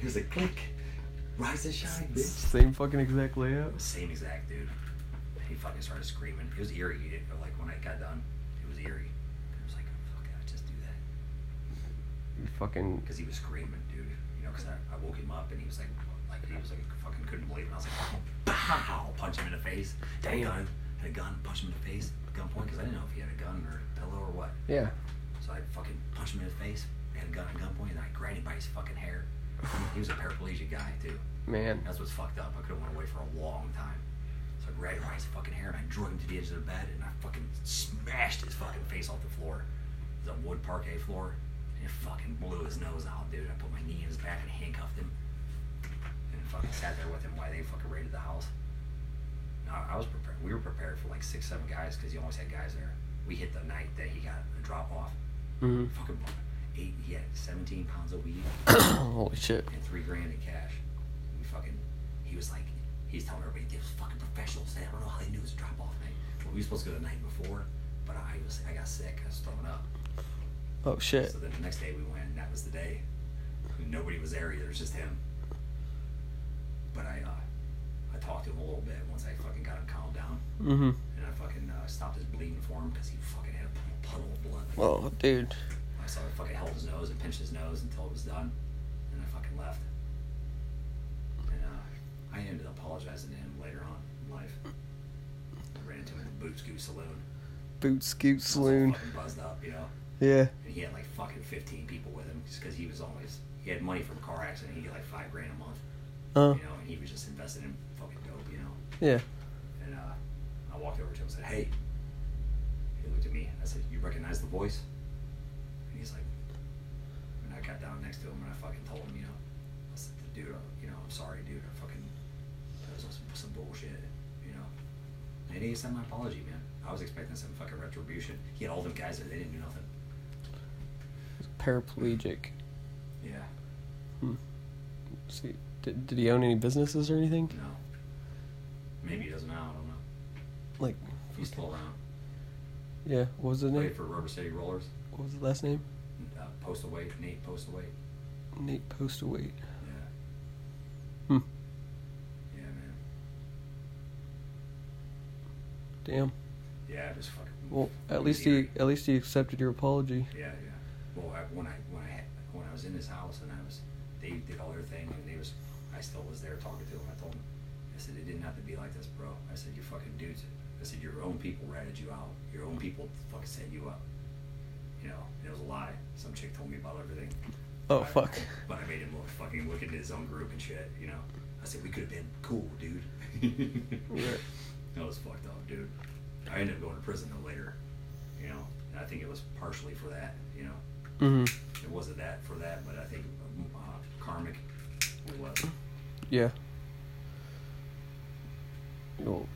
He's like, click, rise and shine, bitch. Same fucking exact layout. Same exact dude. He fucking started screaming. It was eerie. It, like when I got done, it was eerie. It was like, oh, fuck, I just do that You fucking. because he was screaming, dude. You know, because I, I woke him up and he was like, like he was like fucking couldn't believe it. I was like, pow, punch him in the face. Damn, gun. had a gun, punch him in the face, gunpoint, because I didn't know if he had a gun or a pillow or what. Yeah. So I fucking punched him in the face, had a gun at gunpoint, and I grabbed him by his fucking hair. He was a paraplegic guy too. Man. That's what's fucked up. I could have went away for a long time. So I grabbed him by his fucking hair and I drew him to the edge of the bed and I fucking smashed his fucking face off the floor. It was a wood parquet floor. And it fucking blew his nose out, dude. I put my knee in his back and handcuffed him. And fucking sat there with him while they fucking raided the house. No, I was prepared. We were prepared for like six, seven guys because he always had guys there. We hit the night that he got the drop off. hmm Fucking eight, he had 17 pounds of weed Holy shit. and three grand in cash. We fucking, he was like, he's telling everybody they're fucking professionals. They don't know how they knew it was drop off night. Well, we were supposed to go the night before, but I was, I got sick. I was throwing up. Oh shit. So then the next day we went, and that was the day. Nobody was there either. It was just him. But I, uh, I talked to him a little bit once I fucking got him calmed down, hmm and I fucking uh, stopped his bleeding for him because he fucking had a puddle of blood. Oh, dude. I saw I fucking held his nose and pinched his nose until it was done, and I fucking left. And uh, I ended up apologizing to him later on in life. I ran into him in Boots Goose Saloon. Boot I Scoot was all Saloon. Fucking buzzed up, you know. Yeah. And he had like fucking fifteen people with him just because he was always he had money from a car accident. He get like five grand a month, Uh. you know, and he was just invested in fucking dope, you know. Yeah. And uh, I walked over to him and said, Hey. He looked at me. I said, You recognize the voice? And he's like, And I got down next to him and I fucking told him, you know, I said, Dude, uh, you know, I'm sorry, dude. I fucking, that was some, some bullshit, you know. And he sent my apology, man. I was expecting some fucking retribution. He had all them guys there, they didn't do nothing. Paraplegic. Yeah. See, did, did he own any businesses or anything? No. Maybe he does now, I don't know. Like, If he's still around. yeah. What was the name? Played for Rubber City Rollers. What was the last name? Uh, post away, Nate, post away. Nate Postaway. Yeah. Hmm. Yeah, man. Damn. Yeah, it was fucking. Well, it at was least he eerie. at least he accepted your apology. Yeah, yeah. Well, I, when I when I had, when I was in his house and I was, they did all their thing and they was, I still was there talking to him. I told him, I said it didn't have to be like this, bro. I said you fucking dudes. I said your own people ratted you out. Your own people fucking set you up. You know, and it was a lie. Some chick told me about everything. Oh But I- fuck. But I made him look fucking look into his own group and shit. You know, I said we could have been cool, dude. Right. That was fucked up, dude. I ended up going to prison though later, you know. And I think it was partially for that, you know. Mhm. It wasn't that for that, but I think uh, karmic it was. Yeah. Well,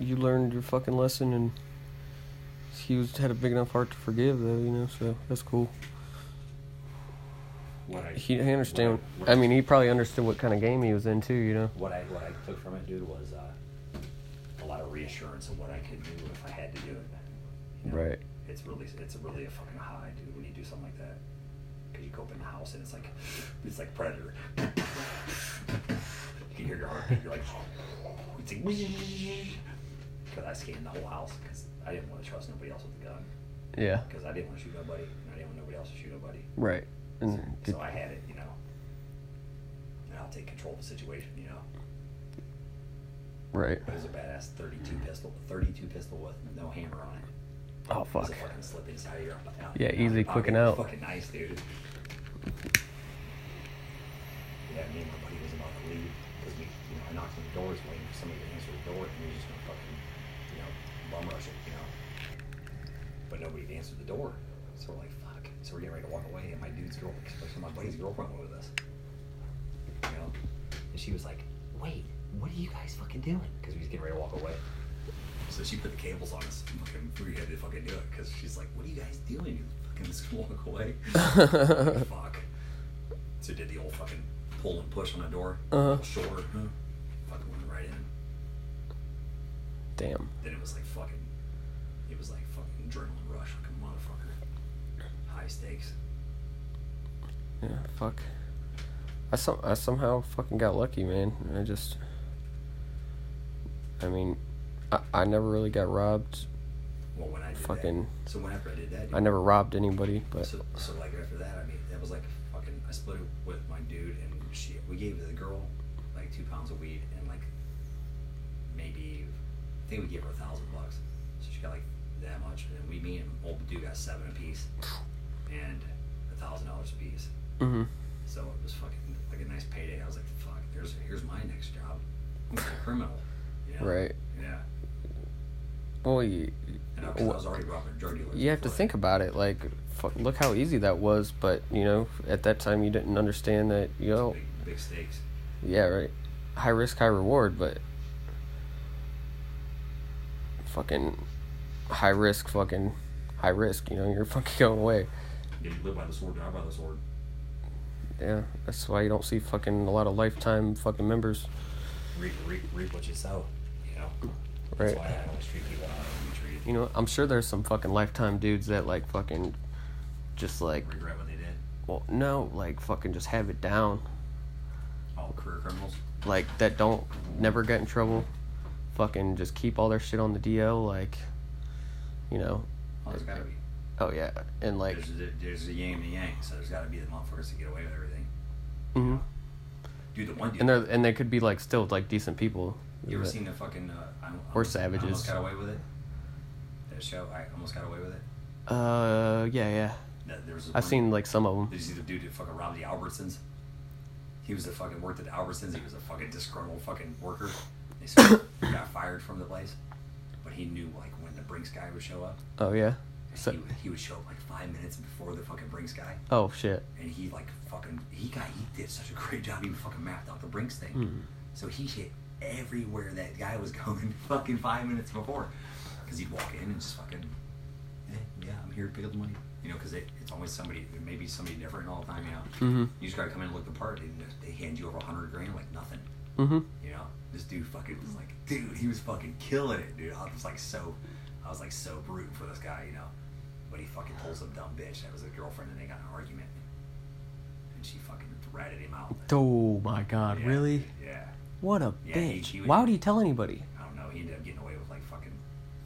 you learned your fucking lesson, and he was had a big enough heart to forgive, though. You know, so that's cool. What I He, he understand. what I mean, he probably understood what kind of game he was in too. You know. what I what I took from it, dude, was uh, a lot of reassurance of what I could do if I had to do it. you know? It's really it's really a fucking high, dude, when you do something like that. Cause you go up in the house and it's like it's like predator. You can hear your heartbeat. You're like, it's like. Because I scanned the whole house because I didn't want to trust nobody else with the gun Yeah. because I didn't want to shoot nobody and I didn't want nobody else to shoot nobody. Right. And did, So I had it, you know. And I'll take control of the situation, you know. right. It was a badass 32 pistol, 32 pistol with no hammer on it. Oh It's fuck. a fucking slip inside your- out- Yeah, out easy, your quick pocket. and out. Fucking nice, dude. Yeah, me and my buddy was about to leave because we, you know, I knocked on the doors waiting for somebody to answer the door, and we were just gonna fucking, you know, bum rush it, you know. But nobody answered the door, so we're like, fuck. So we're getting ready to walk away, and my dude's girl, especially my buddy's girlfriend, was with us. You know, and she was like, wait, what are you guys fucking doing? Because we was getting ready to walk away. So she put the cables on us. and Fucking, we had to fucking do it because she's like, "What are you guys doing? You fucking just gonna walk away." Fuck. So did the old fucking pull and push on the door. Uh-huh. Sure. Huh? Fucking went right in. Damn. Then it was like fucking. It was like fucking adrenaline rush, like a motherfucker. High stakes. Yeah. Fuck. I some I somehow fucking got lucky, man. I just, I mean, I I never really got robbed. Well, when I did Fucking, That, so when after I did that, dude, I never robbed anybody, but So, so like after that, I mean, that was like fucking. I split it with my dude, and she. We gave the girl like two pounds of weed, and like maybe I think we gave her a thousand bucks. So she got like that much, and we, me, and old dude got seven apiece, and a thousand dollars apiece. hmm So it was fucking like a nice payday. I was like, fuck, there's here's my next job. I'm a criminal. You know? right. Yeah. Well, you, And I, 'cause I was already robbing drug dealers. you have to before. think about it. Like, fuck, look how easy that was. But you know, at that time, you didn't understand that. You know, Big, big stakes. yeah, right. High risk, high reward, but fucking high risk, fucking high risk. You know, you're fucking going away. Yeah, you live by the sword, die by the sword. Yeah, that's why you don't see fucking a lot of lifetime fucking members. reap, reap, reap what you sow. You know, Right. that's why I always treat people how I want to be treated. You know, I'm sure there's some fucking lifetime dudes that like fucking just like Regret what they did. well no, like fucking just have it down. All career criminals. Like that don't never get in trouble. Fucking just keep all their shit on the DL like you know. Oh, there's gotta be. Oh yeah. And like There's a, there's a yin and a yang, so there's gotta be the motherfuckers that get away with everything. hmm Dude, the one dude. and they're and they could be like still like decent people. you ever But- seen the fucking? Uh, I, I Or almost, I savages. almost got away with it. That show, I almost got away with it. Uh yeah, yeah. That, there was this I've one- seen like some of them. Did you see the dude that fucking robbed the Albertsons? He was the fucking worked at the Albertsons. He was a fucking disgruntled fucking worker. They said he got fired from the place, but he knew like when the Brinks guy would show up. Oh yeah. So, So, he, would, he would show up like five minutes before the fucking Brinks guy, oh shit. and he like fucking he got he did such a great job. He fucking mapped out the Brinks thing, Hmm. so he hit everywhere that guy was going fucking five minutes before, because he'd walk in and just fucking, eh, yeah, I'm here to pick up the money, you know, because it, it's always somebody, it may be somebody different all the time, you know. Mhm. You just gotta come in and look the part, and they hand you over a hundred grand like nothing. Mhm. You know, this dude fucking was like, dude, he was fucking killing it, dude. I was like so, I was like so rooting for this guy, you know. But he fucking pulled some dumb bitch that was a girlfriend, and they got in an argument, and she fucking ratted him out. Oh my god, Yeah, really? Yeah. What a Yeah, he- bitch. he Why would- would he tell anybody? I don't know. He ended up getting away with like fucking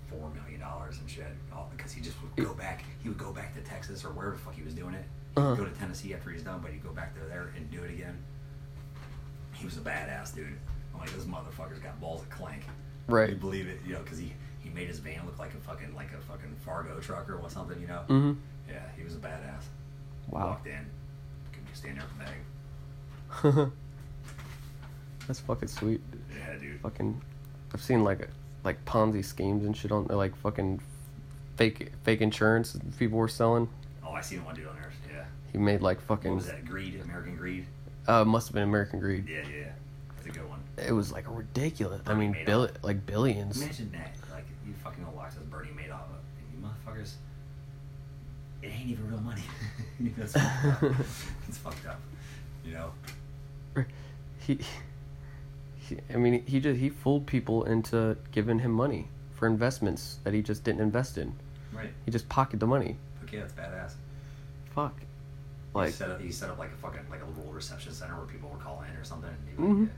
four million dollars and shit, all because he just would go back. He would go back to Texas or wherever the fuck he was doing it. He'd Uh-huh. Go to Tennessee after he's done, but he'd go back to there and do it again. He was a badass dude. I'm like, this motherfucker's got balls of clank. You Right. believe it, you know, because he he made his van look like a fucking like a fucking Fargo truck or what something, you know. Mm-hmm. Yeah, he was a badass. Wow. Walked in, could just stand there with a bag. That's fucking sweet. Yeah, dude. Fucking, I've seen like like Ponzi schemes and shit on like fucking fake fake insurance people were selling. Oh, I seen one dude on there. Yeah. He made like What fucking was that? Greed, American Greed. uh must have been American Greed. Yeah, yeah, yeah. That's a good one. It was like ridiculous. I mean, Made bill like billions. Imagine that. Like, you fucking go watch this Bernie Madoff, and you motherfuckers, it ain't even real money. you know, it's, fucked up. it's fucked up. You know? He, he, I mean, he just he fooled people into giving him money for investments that he just didn't invest in. Right. He just pocketed the money. Okay, that's badass. Fuck. he Like, set up, he set up like a fucking, like a little reception center where people were calling in or something. And he Mhm. would,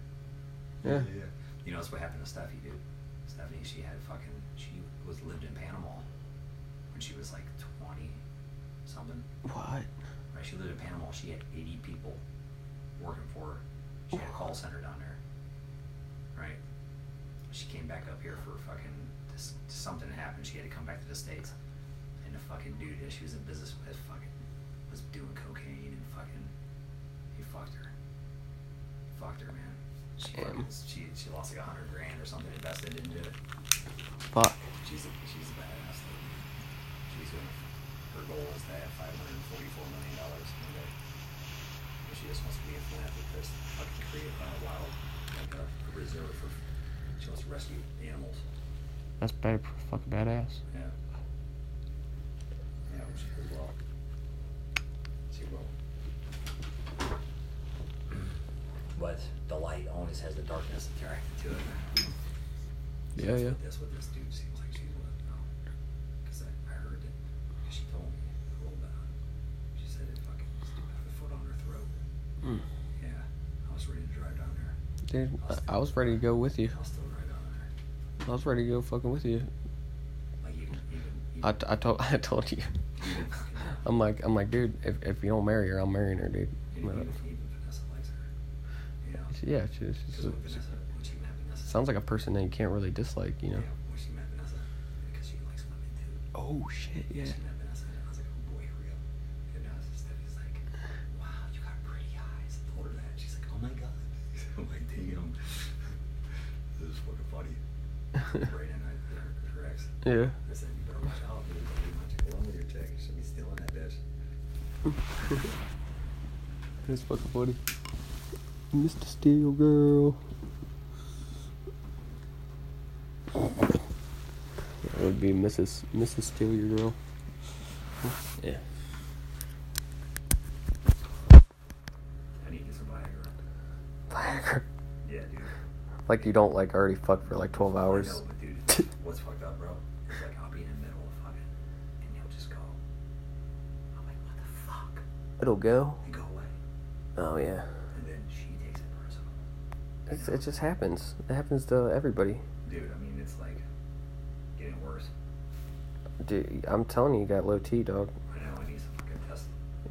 yeah. yeah. You know, that's what happened to Steffi, dude. Stephanie, she had fucking, she was lived in Panama when she was like 20 something. What? Right, she lived in Panama. She had 80 people working for her. She had a call center down there. Right? She came back up here for fucking this, something happened. She had to come back to the States. And the fucking dude that she was in business with fucking was doing cocaine and fucking. He fucked her. Fucked her, man. She, Damn. fucking, she, she lost like a hundred grand or something invested into it. Fuck. She's a, she's a badass. though. She's gonna, her goal is to have five hundred and forty-four million dollars in day. And she just wants to be a philanthropist, fucking create a wild, like a, a reserve for. She wants to rescue animals. That's bad. Fucking badass. Yeah. Yeah, well, she could well. She will. But the light always has the darkness attracted to it. that's Yeah, yeah. What, that's what this dude seems like she's with now. Because I, I heard it. 'cause She told me a little bit. She said it fucking just about a foot on her throat. Mm. Yeah. dude. I- I was ready to go with you. I was still right on there. I was ready to go fucking with you. Like even even even, I, t- I told I told you. even, I'm like I'm like, dude. If if you don't marry her, I'm marrying her, dude. even, But, even, even Vanessa likes her. You know, yeah, she's, because she's, when Vanessa when she met Vanessa, sounds like a person that you can't really dislike, you yeah, know. when she met Vanessa, because she likes women too. Oh shit! She met Vanessa, and I was like, oh boy, here we go. And now Stephanie's like, wow, you got pretty eyes. I told her that. She's like, oh my god. I'm like, damn. this is fucking funny. Brandon, I, her, her ex. yeah. I said, you better watch out, dude. Don't be much alone with your chick. She'll be stealing that bitch. It's fucking funny. Mr. Steel Girl. That would be Mrs. Mrs. Steel Your Girl. Yeah. I need to get some Viagra. Yeah, dude. Like you don't like already fuck for like twelve I hours. know, but dude, what's fucked up, bro? It's like I'll be in the middle of fucking, and he'll just go. I'm like, what the fuck? It'll go. And go away. Oh yeah. And then she takes it personal. It's, it just happens. It happens to everybody. Dude, I mean, it's like getting worse. Dude, I'm telling you, you got low T, dog. I know I need some fucking test,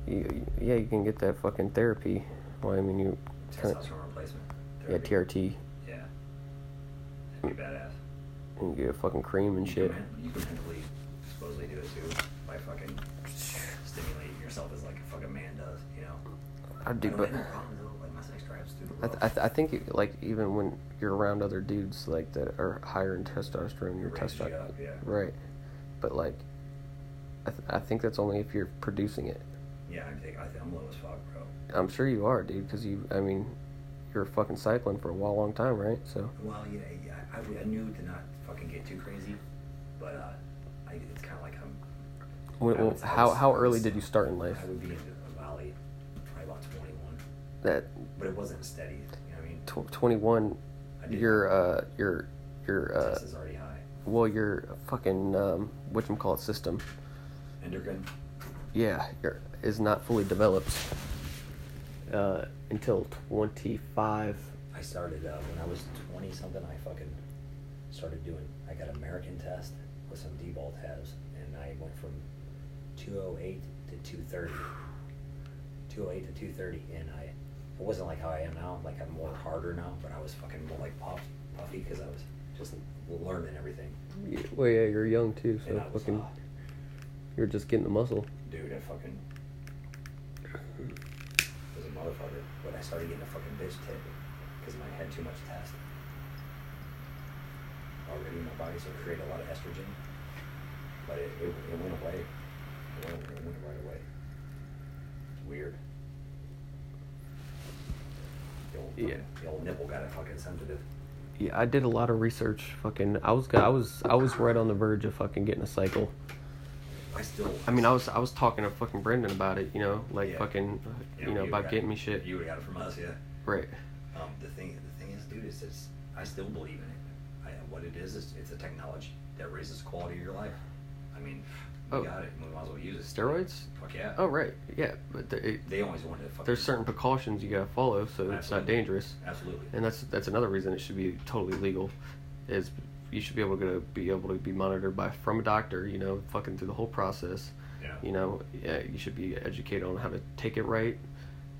You, yeah, you can get that fucking therapy. Well, I mean, you. testosterone replacement. Yeah, therapy. TRT. Yeah. That'd be badass. And you get a fucking cream and You shit. Can, men- you can mentally, supposedly do it too by fucking stimulating yourself as like a fucking man does, you know? I do, I don't but. have no problem though. Like my sex drives through the I, roof. th- I, th- I think it, like even when you're around other dudes like that are higher in testosterone, your It raises you testosterone, up, yeah. right? But like, I, th- I think that's only if you're producing it. Yeah, I think I think I'm low as fuck, bro. I'm sure you are, dude, because you, I mean, you're fucking cycling for a while, long time, right? So Well, yeah, yeah I, I- I knew to not fucking get too crazy, but uh, I, it's kind of like I'm. when, I well, was- I how was- how I early was- did you start in life? I would be in a valley, probably about 21, That but it wasn't steady. You know what I mean? tw- 21, I did- your uh your your uh Test is already high. well your fucking um what you call it system, Endocrine. yeah, your is not fully developed uh until 25. I started uh, when I was 20 something. I fucking started doing. I got American test with some D-ball tabs, and I went from 208 to 230. 208 to 230, and I it wasn't like how I am now. Like I'm more harder now, but I was fucking more like puff, puffy because I was just learning everything. Yeah, well, yeah, you're young too, so And I was, fucking, uh, you're just getting the muscle. dude, I fucking was a motherfucker. But I started getting a fucking bitch tip because I had too much test. Already my body's gonna create a lot of estrogen, but it, it, it went away. It went, it went right away. It's weird. The old, fucking- Yeah. the old nipple got a fucking sensitive. Yeah, I did a lot of research. Fucking, I was, go- I was, I was right on the verge of fucking getting a cycle. I still. I mean, I was, I was talking to fucking Brendan about it, you know, like Yeah. fucking, you know, you about got- getting me shit. You got it from us, yeah. Right. Um, the thing, the thing is, dude, is it's, I still believe in it. I, what it is is it's a technology that raises the quality of your life. I mean, we Oh. got it. We might as well use it. Steroids? Fuck yeah. Oh, right. Yeah, but the, it, They always wanted to. Fucking, there's certain precautions you gotta follow, so it's not Absolutely. dangerous. Absolutely. And that's that's another reason it should be totally legal, is you should be able to be able to be monitored by from a doctor, you know, fucking through the whole process. yeah. you know yeah, you should be educated on how to take it right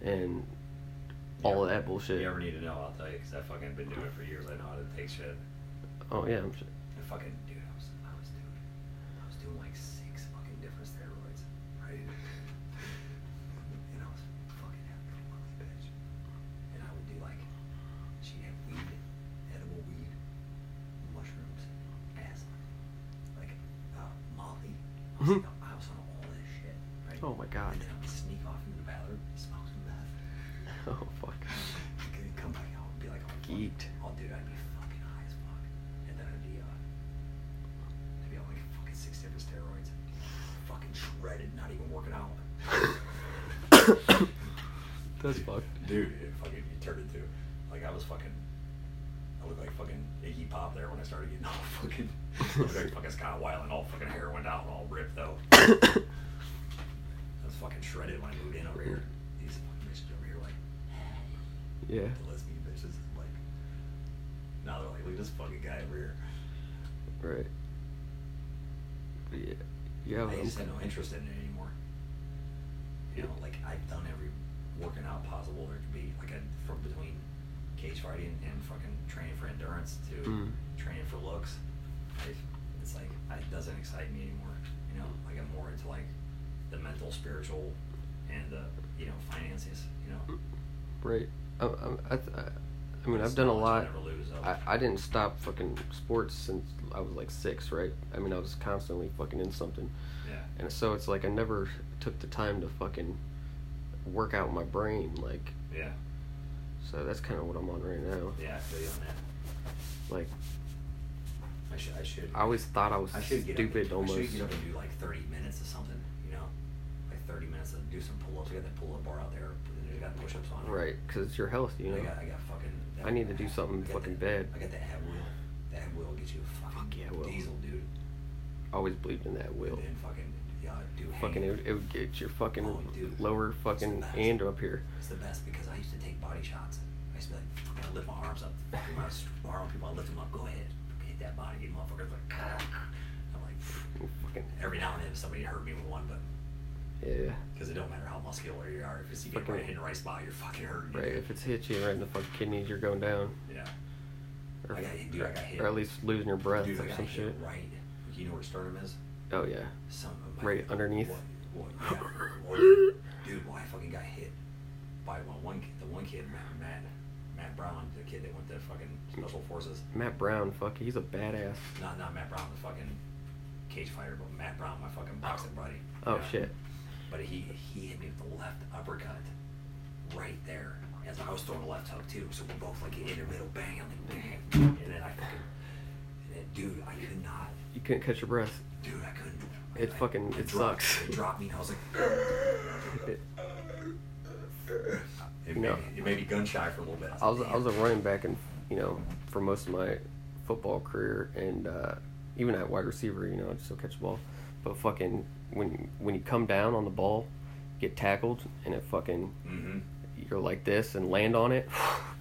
and all of that If bullshit you ever need to know, I'll tell you because I fucking been doing it for years. I know how to take shit. And oh yeah I'm sure. fucking, dude, I was, I was doing, I was doing like six fucking different steroids, right? and I was fucking having a lovely bitch. And I would do like, she had weed, edible weed, mushrooms, acid, like uh, Molly. I was, like, I was on all this shit, right? Mm-hmm. oh my god And then I would sneak off into the bathroom, smoke some meth, oh fuck and then come back out and be like, oh, fuck. Eat. Oh, dude, I'd be fucking high as fuck. And then I'd be, uh, I'd be on like fucking six different steroids. Fucking shredded, not even working out. that's fucked Dude, it fucking it turned into like I was fucking. I looked like fucking Iggy Pop there when I started getting all fucking. I looked like fucking Scott Weiland, all fucking hair went out and all ripped though. I was fucking shredded when I moved in over here. These fucking bitches over here like yeah the lesbian bitches like Now they're like, look at this fucking guy over here. Right. Yeah. Yeah. I well, just had no interest in it anymore. You know, like I've done every working out possible there could be. Like I from between cage fighting and fucking training for endurance to Mm. training for looks. I've, it's like I- it doesn't excite me anymore. You know, like I'm more into like the mental, spiritual, and the you know finances. You know, Right. I, I, I, th- I mean, It's I've done a knowledge lot. I never lose. Of. I, I didn't stop fucking sports since I was like six, right? I mean, I was constantly fucking in something. yeah. And so it's like I never took the time to fucking work out my brain. Like, Yeah. so that's kind of what I'm on right now. Yeah. I feel you on that. Like, I should. I should. I always thought I was I should get up, and- stupid I almost. should get up and do like 30 minutes of something, you know? Like 30 minutes of do some pull ups. I got that pull up bar out there. I got push ups on it. Right, because it's your health, you I know? got, I got fucking. I need to do something I got fucking that- bad. I got that head wheel. That head wheel gets you a fucking Fuck yeah, it will. diesel, dude. Always believed in that will. And then fucking, yeah, do Fucking, it hang. would, it would get your fucking Oh, dude. lower fucking It's the and best. up here. It's the best because I used to take body shots. I used to be like, fucking lift my arms up. Fucking when I was borrowing people, I lift them up, go ahead. Fucking Hit that body, you motherfuckers. Like, I'm like, Fucking, every now and then somebody hurt me with one, but yeah. Because it don't matter how muscular you are, if it's you get Fucking- right in the right spot, you're fucking hurting. Right, if it's hit you right in the fucking kidneys, you're going down. Yeah. Or, I got hit, dude. I got hit. or at least losing your breath dude, I or got some hit shit. right. You know where sternum is? Oh, yeah. Some of my, Right underneath? What, what, yeah, what- dude, why I fucking got hit by my one kid, the one kid, Matt, Matt, Matt Brown, the kid that went to fucking special forces. Matt Brown, fuck, he's a badass. Not not Matt Brown, the fucking cage fighter, but Matt Brown, my fucking boxing buddy. Oh, Yeah. shit. But he he hit me with the left uppercut right there. As I was throwing a left hook too, so we're both like in the middle, bang, I'm like bang, and then I fucking, and then, dude, I could not, You couldn't catch your breath. dude, I couldn't. It I- fucking- it dropped- sucks. It dropped me, and I was like, It- it, No. made, me- it made me gun shy for a little bit. I was like, I was a "Damn." running back and you know for most of my football career and uh, even at wide receiver you know I'd still catch the ball, but fucking when when you come down on the ball, get tackled and it fucking Mhm. you're like this and land on it,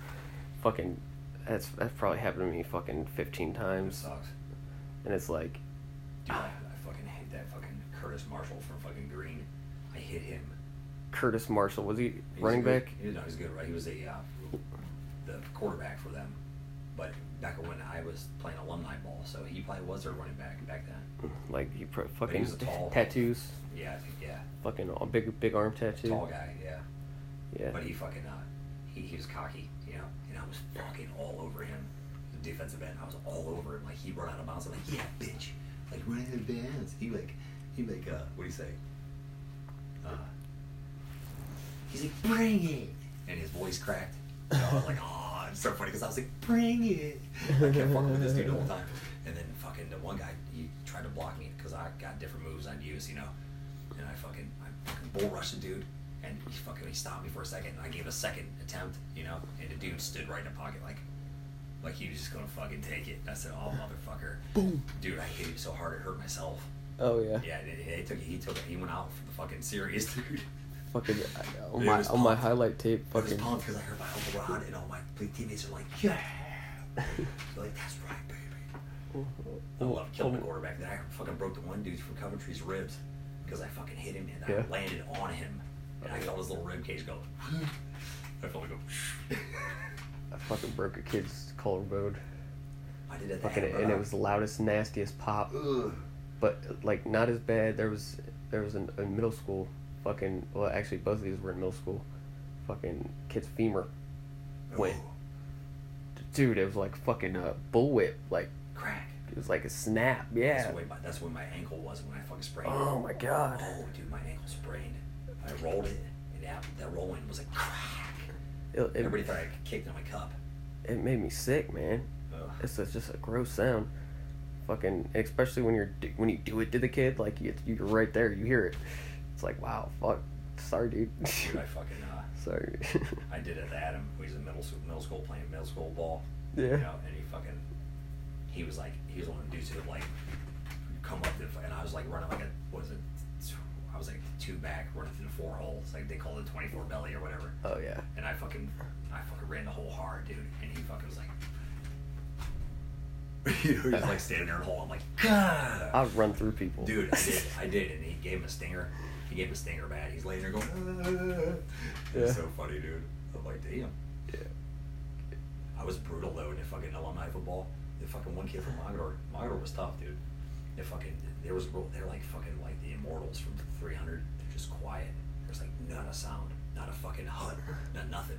fucking that's that's probably happened to me fucking fifteen It times sucks. and it's like Dude, I, I fucking hate that fucking Curtis Marshall from fucking Green. I hit him. Curtis Marshall was he He's running good. back? He, no, he's good, right? He was a uh, the quarterback for them. But back when I was playing alumni ball, so he probably was their running back back then. Like he pro- he fucking was a tall- tattoos, Yeah, I think yeah, fucking all big big arm tattoo. tall guy, yeah. Yeah. But he fucking uh, he, he was cocky, you know, and I was fucking all over him. The defensive end, I was all over him. Like he run out of bounds. I'm like, yeah, bitch, like run out of bounds. He like, he like, uh, what do you say? Uh, he's like, bring it, and his voice cracked. And I was like, oh, it's so funny because I was like, bring it. I kept fucking with this dude the whole time. And then fucking the one guy, he tried to block me because I got different moves I'd use, you know. And I fucking, I fucking bull rushed the dude, and he fucking he stopped me for a second. And I gave a second attempt, you know, and the dude stood right in the pocket like, like he was just gonna fucking take it. And I said, oh motherfucker, boom, dude, I hit him so hard it hurt myself. oh yeah. Yeah, it, it, it took, he took, he went out for the fucking series, dude. Fucking I- on It my was on my pumped. highlight tape. I was Fucking pumped because I heard my Uncle Rod and all my teammates are like, yeah. They're like, that's right, baby. Uh-huh. I love killing the quarterback. Then I fucking broke the one dude from Coventry's ribs because I fucking hit him and Yeah. I landed on him. And I felt his little rib cage go. I felt it go. I fucking broke a kid's collarbone. I did that. to Fucking, Amber. Oh, and it was the loudest, nastiest pop. Ugh. But like not as bad. There was there was in, in middle school. Fucking well, actually both of these were in middle school. Fucking kid's femur, Wait. Oh, dude. It was like fucking uh, bullwhip. Like Crack. it was like a snap. Yeah. That's, the way my, that's where my ankle was when I fucking sprained. Oh my god. Oh, dude, my ankle sprained. I rolled it, and that, that rolling was like crack. It, Everybody it, thought I kicked in my cup. it made me sick, man. Ugh. It's, it's just a gross sound. Fucking, especially when you're do- when you do it to the kid, like you, you're right there, you hear it. It's like, wow, fuck, sorry, dude. Dude, I fucking uh, sorry. I did it to Adam. who was in middle school, middle school playing middle school ball. Yeah. You know, and he fucking, he was like, he was one of the dudes who would like come up to, the- and I was like running like a, what is it? I was like two back running through the four holes, like they call it twenty four belly or whatever. oh yeah. And I fucking, I fucking ran the hole hard, dude. And he fucking was like, you know, he's like standing there in the hole. I'm like, God. I'd run through people. Dude, I did. I did. And he gave him a stinger. He gave him a stinger bat. He's laying there going, ah. It's Yeah. so funny, dude. I'm like, damn. Yeah. I was brutal, though, in the fucking alumni football. The fucking one kid from Mogador. Mogador was tough, dude. They fucking, there was, real- they're like fucking like the immortals from 300. They're just quiet. There's like not a sound, not a fucking hut, not nothing.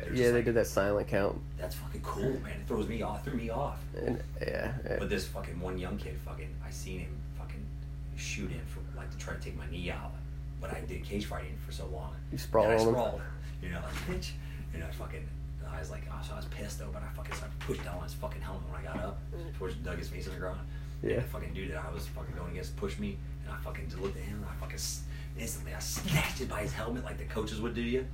They're just yeah, they like- did that silent count, That's fucking cool, man. It throws me off, threw me off. and yeah, yeah. But this fucking one young kid, fucking, I seen him fucking shoot in for like to try to take my knee out, but I did cage fighting for so long. You sprawled and I on him. sprawled, you know, bitch. And I fucking, I was like, oh, so I was pissed though, but I fucking, so I pushed down on his fucking helmet when I got up, which dug his face in the ground. Yeah. And the fucking dude that I was fucking going against pushed me, and I fucking just looked at him, and I fucking s- instantly I snatched it by his helmet like the coaches would do to you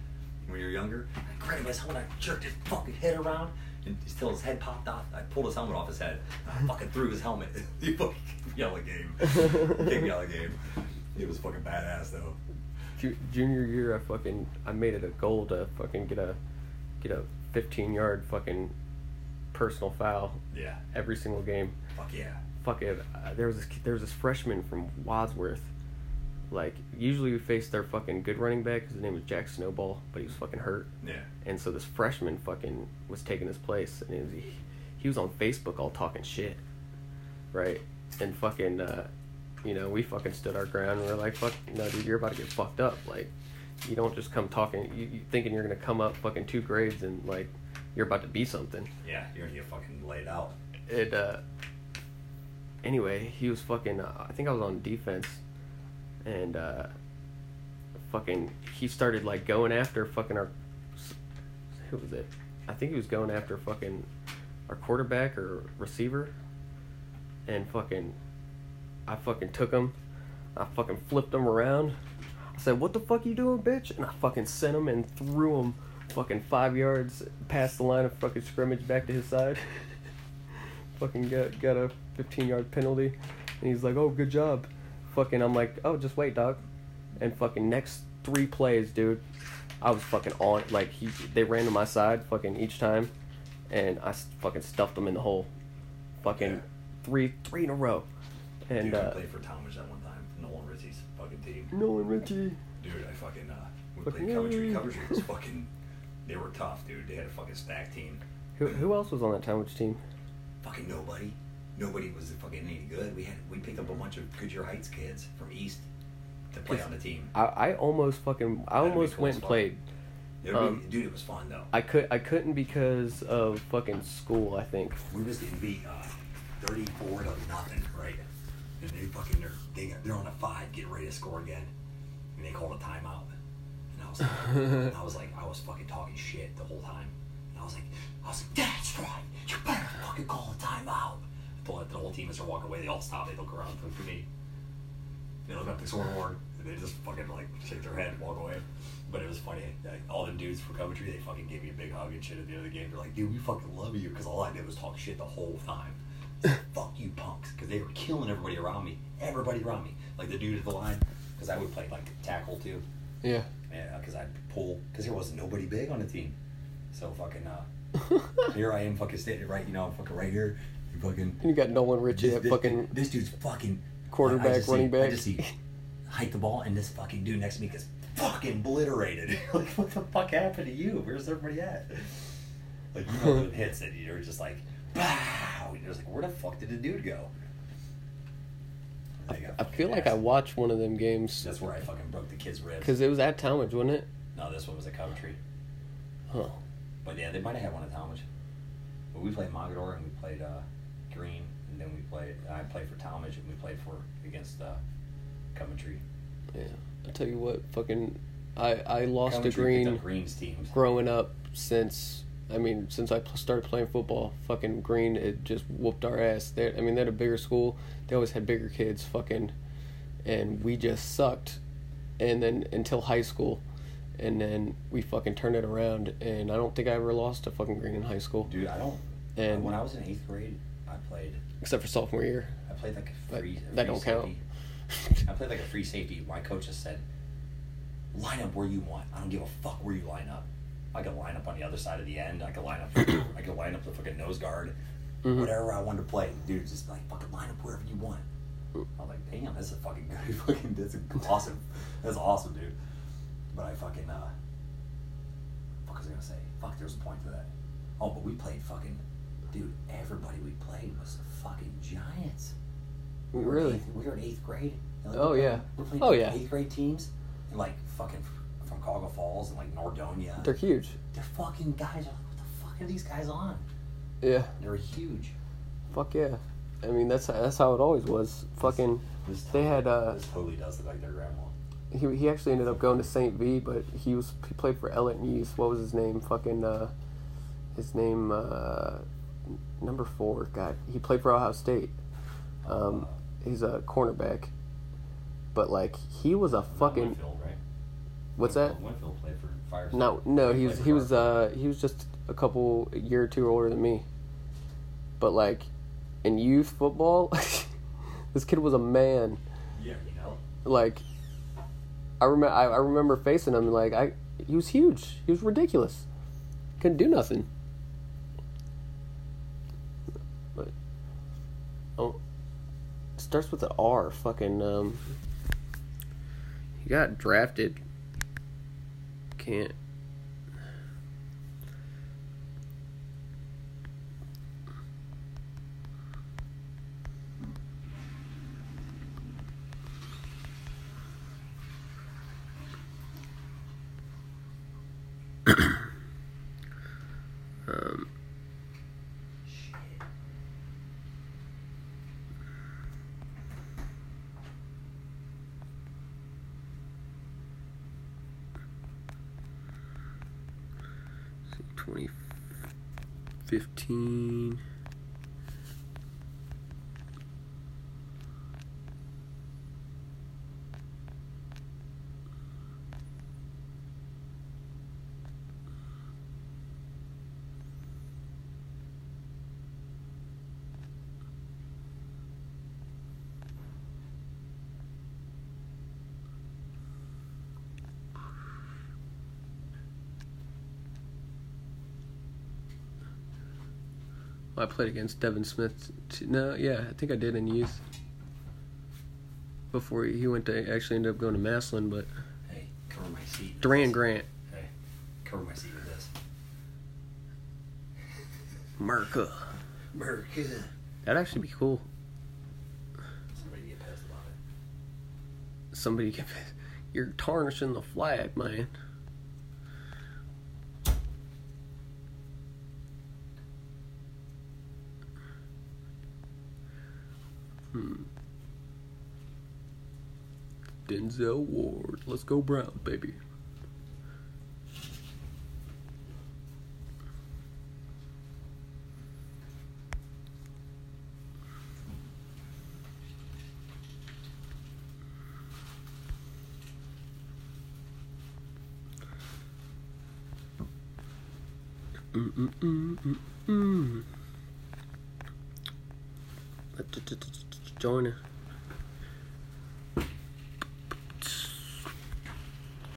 when you're younger. I grabbed his helmet, I jerked his fucking head around and until his head popped off. I pulled his helmet off his head. And I fucking threw his helmet. he fucking kicked me out of the game. He kicked me out of the game. It was fucking badass though. Ju- junior year, I fucking I made it a goal to fucking get a get a 15 yard fucking personal foul Yeah. every single game. Fuck yeah. Fuck it. Uh, there was this there was this freshman from Wadsworth. Like usually we face their fucking good running back. His name was Jack Snowball, but he was fucking hurt. Yeah. And so this freshman fucking was taking his place, and he was, he, he was on Facebook all talking shit, right? And fucking, uh, you know, we fucking stood our ground. And we are like, fuck, no, dude, you're about to get fucked up. Like, you don't just come talking, you, you thinking you're gonna come up fucking two grades and like, you're about to be something. Yeah. You're gonna get fucking laid out. It. Uh, anyway, he was fucking. Uh, I think I was on defense, and uh, fucking he started like going after fucking our. Who was it? I think he was going after fucking our quarterback or receiver, and fucking, I fucking took him. I fucking flipped him around. I said, "What the fuck you doing, bitch?" And I fucking sent him and threw him fucking five yards past the line of fucking scrimmage back to his side. fucking got got a 15 yard penalty, and he's like, "Oh, good job." Fucking, I'm like, "Oh, just wait, dog." And fucking next three plays, dude, I was fucking on. Like he, they ran to my side, fucking each time, and I s- fucking stuffed them in the hole. Fucking Yeah. three three in a row, and Dude, I uh, played for Talmadge that one time. Nolan Ritzy's fucking team. Nolan Richie. Dude, I fucking uh, we Mm. Fucking played Coventry. yay. Coventry was fucking. They were tough, dude. They had a fucking stack team. Who, who else was on that Talmadge team? fucking nobody. Nobody was fucking any good. We had we picked up a bunch of Goodyear Heights kids from East to play on the team. I, I almost fucking I That'd be almost cool went as and fuck. played. It would be- um, dude, it was fun though. I could I couldn't because of fucking school. I think. we was getting beat uh, 34 to nothing, right? And they fucking they're they, they're on a five, getting ready to score again, and they called a timeout. And I was like, and I was like, I was fucking talking shit the whole time. And I was like, I was like, that's right, you better fucking call a timeout. I told the whole team as they're walking away, they all stop, they look around to me. They look up the scoreboard, and they just fucking like shake their head and walk away. But it was funny. Like, all the dudes from Coventry, they fucking gave me a big hug and shit at the end of the game. They're like, dude, we fucking love you because all I did was talk shit the whole time. Fuck you punks because they were killing everybody around me. Everybody around me. Like the dude at the line because I would play like tackle too. Yeah. Yeah, because I'd pull because there was nobody big on the team. So fucking uh, here I am fucking standing right, you know, fucking right here. and Fucking You got Nolan Richie, this, that this- fucking this dude's fucking quarterback, I just see- running back. I just see hike the ball, and this fucking dude next to me gets fucking obliterated. like, what the fuck happened to you? Where's everybody at? Like, you know, the hits that you're just like, wow. And you're just like, where the fuck did the dude go? I, I feel like I watched one of them games That's where I fucking broke the kid's ribs. because it was at Talmadge, wasn't it? No, this one was at Coventry. Huh. But yeah, they might have had one at Talmadge. But we played Mogador and we played uh, Green, and then we played. I played for Talmadge and we played for against uh, Coventry. Yeah. I tell you what, fucking, I I lost to Coventry picked Green up Green's teams. growing up since. I mean, since I pl- started playing football, fucking Green it just whooped our ass. They, I mean, they had a bigger school. They always had bigger kids, fucking, and we just sucked. And then until high school, and then we fucking turned it around. And I don't think I ever lost to fucking Green in high school, Dude, I don't. And- when I was in eighth grade, I played. except for sophomore year. I played like a That- free. a free that don't count. safety. I played like a free safety. My coach just said, "Line up where you want. I don't give a fuck where you line up. I can line up on the other side of the end. I can line up. I can line up the fucking nose guard. Mhm. whatever I wanted to play. Dude, just like fucking line up wherever you want. I'm like, damn, that's a fucking good fucking that's a awesome. That's awesome, dude. But I fucking uh fuck was I gonna say? Fuck there's a point to that. Oh, but we played fucking dude, everybody we played was the fucking giants. We were in Really? eighth- we were in eighth grade. and, like, Oh, yeah. We're playing Oh, yeah. eighth grade teams and like fucking f- from Cauga Falls and like Nordonia. They're huge. They're fucking guys are like, what the fuck are these guys on? Yeah. They're huge. Fuck yeah. I mean, that's that's how it always was. Fucking. This They had. uh this totally does look like their grandma. He, he actually ended up going to St. V, but he was he played for LNU's. What was his name? Fucking. uh His name. uh Number four. God, he played for Ohio State. Um, Uh, he's a cornerback. But like, he was a fucking. Winfield, right? What's that? Winfield played for Fire. No, no, he was he was uh he was just a couple a year or two older than me. But like, in youth football, this kid was a man. Yeah, you know. Like, I remember I, I remember facing him like I he was huge. He was ridiculous. Couldn't do nothing. But oh, starts with an R. Fucking um, he got drafted. Can't Um, let's see, 2015. I played against Devin Smith. t- No, yeah, I think I did in youth. Before he went to actually ended up going to Maslin, but Hey, cover my seat. Duran Grant, Hey, cover my seat with this. Merca. Merc. That'd actually be cool. Somebody get pissed about it. Somebody get you're tarnishing the flag, man. Hmm. Denzel Ward, let's go Brown, baby. Mm-mm-mm-mm-mm. Join it.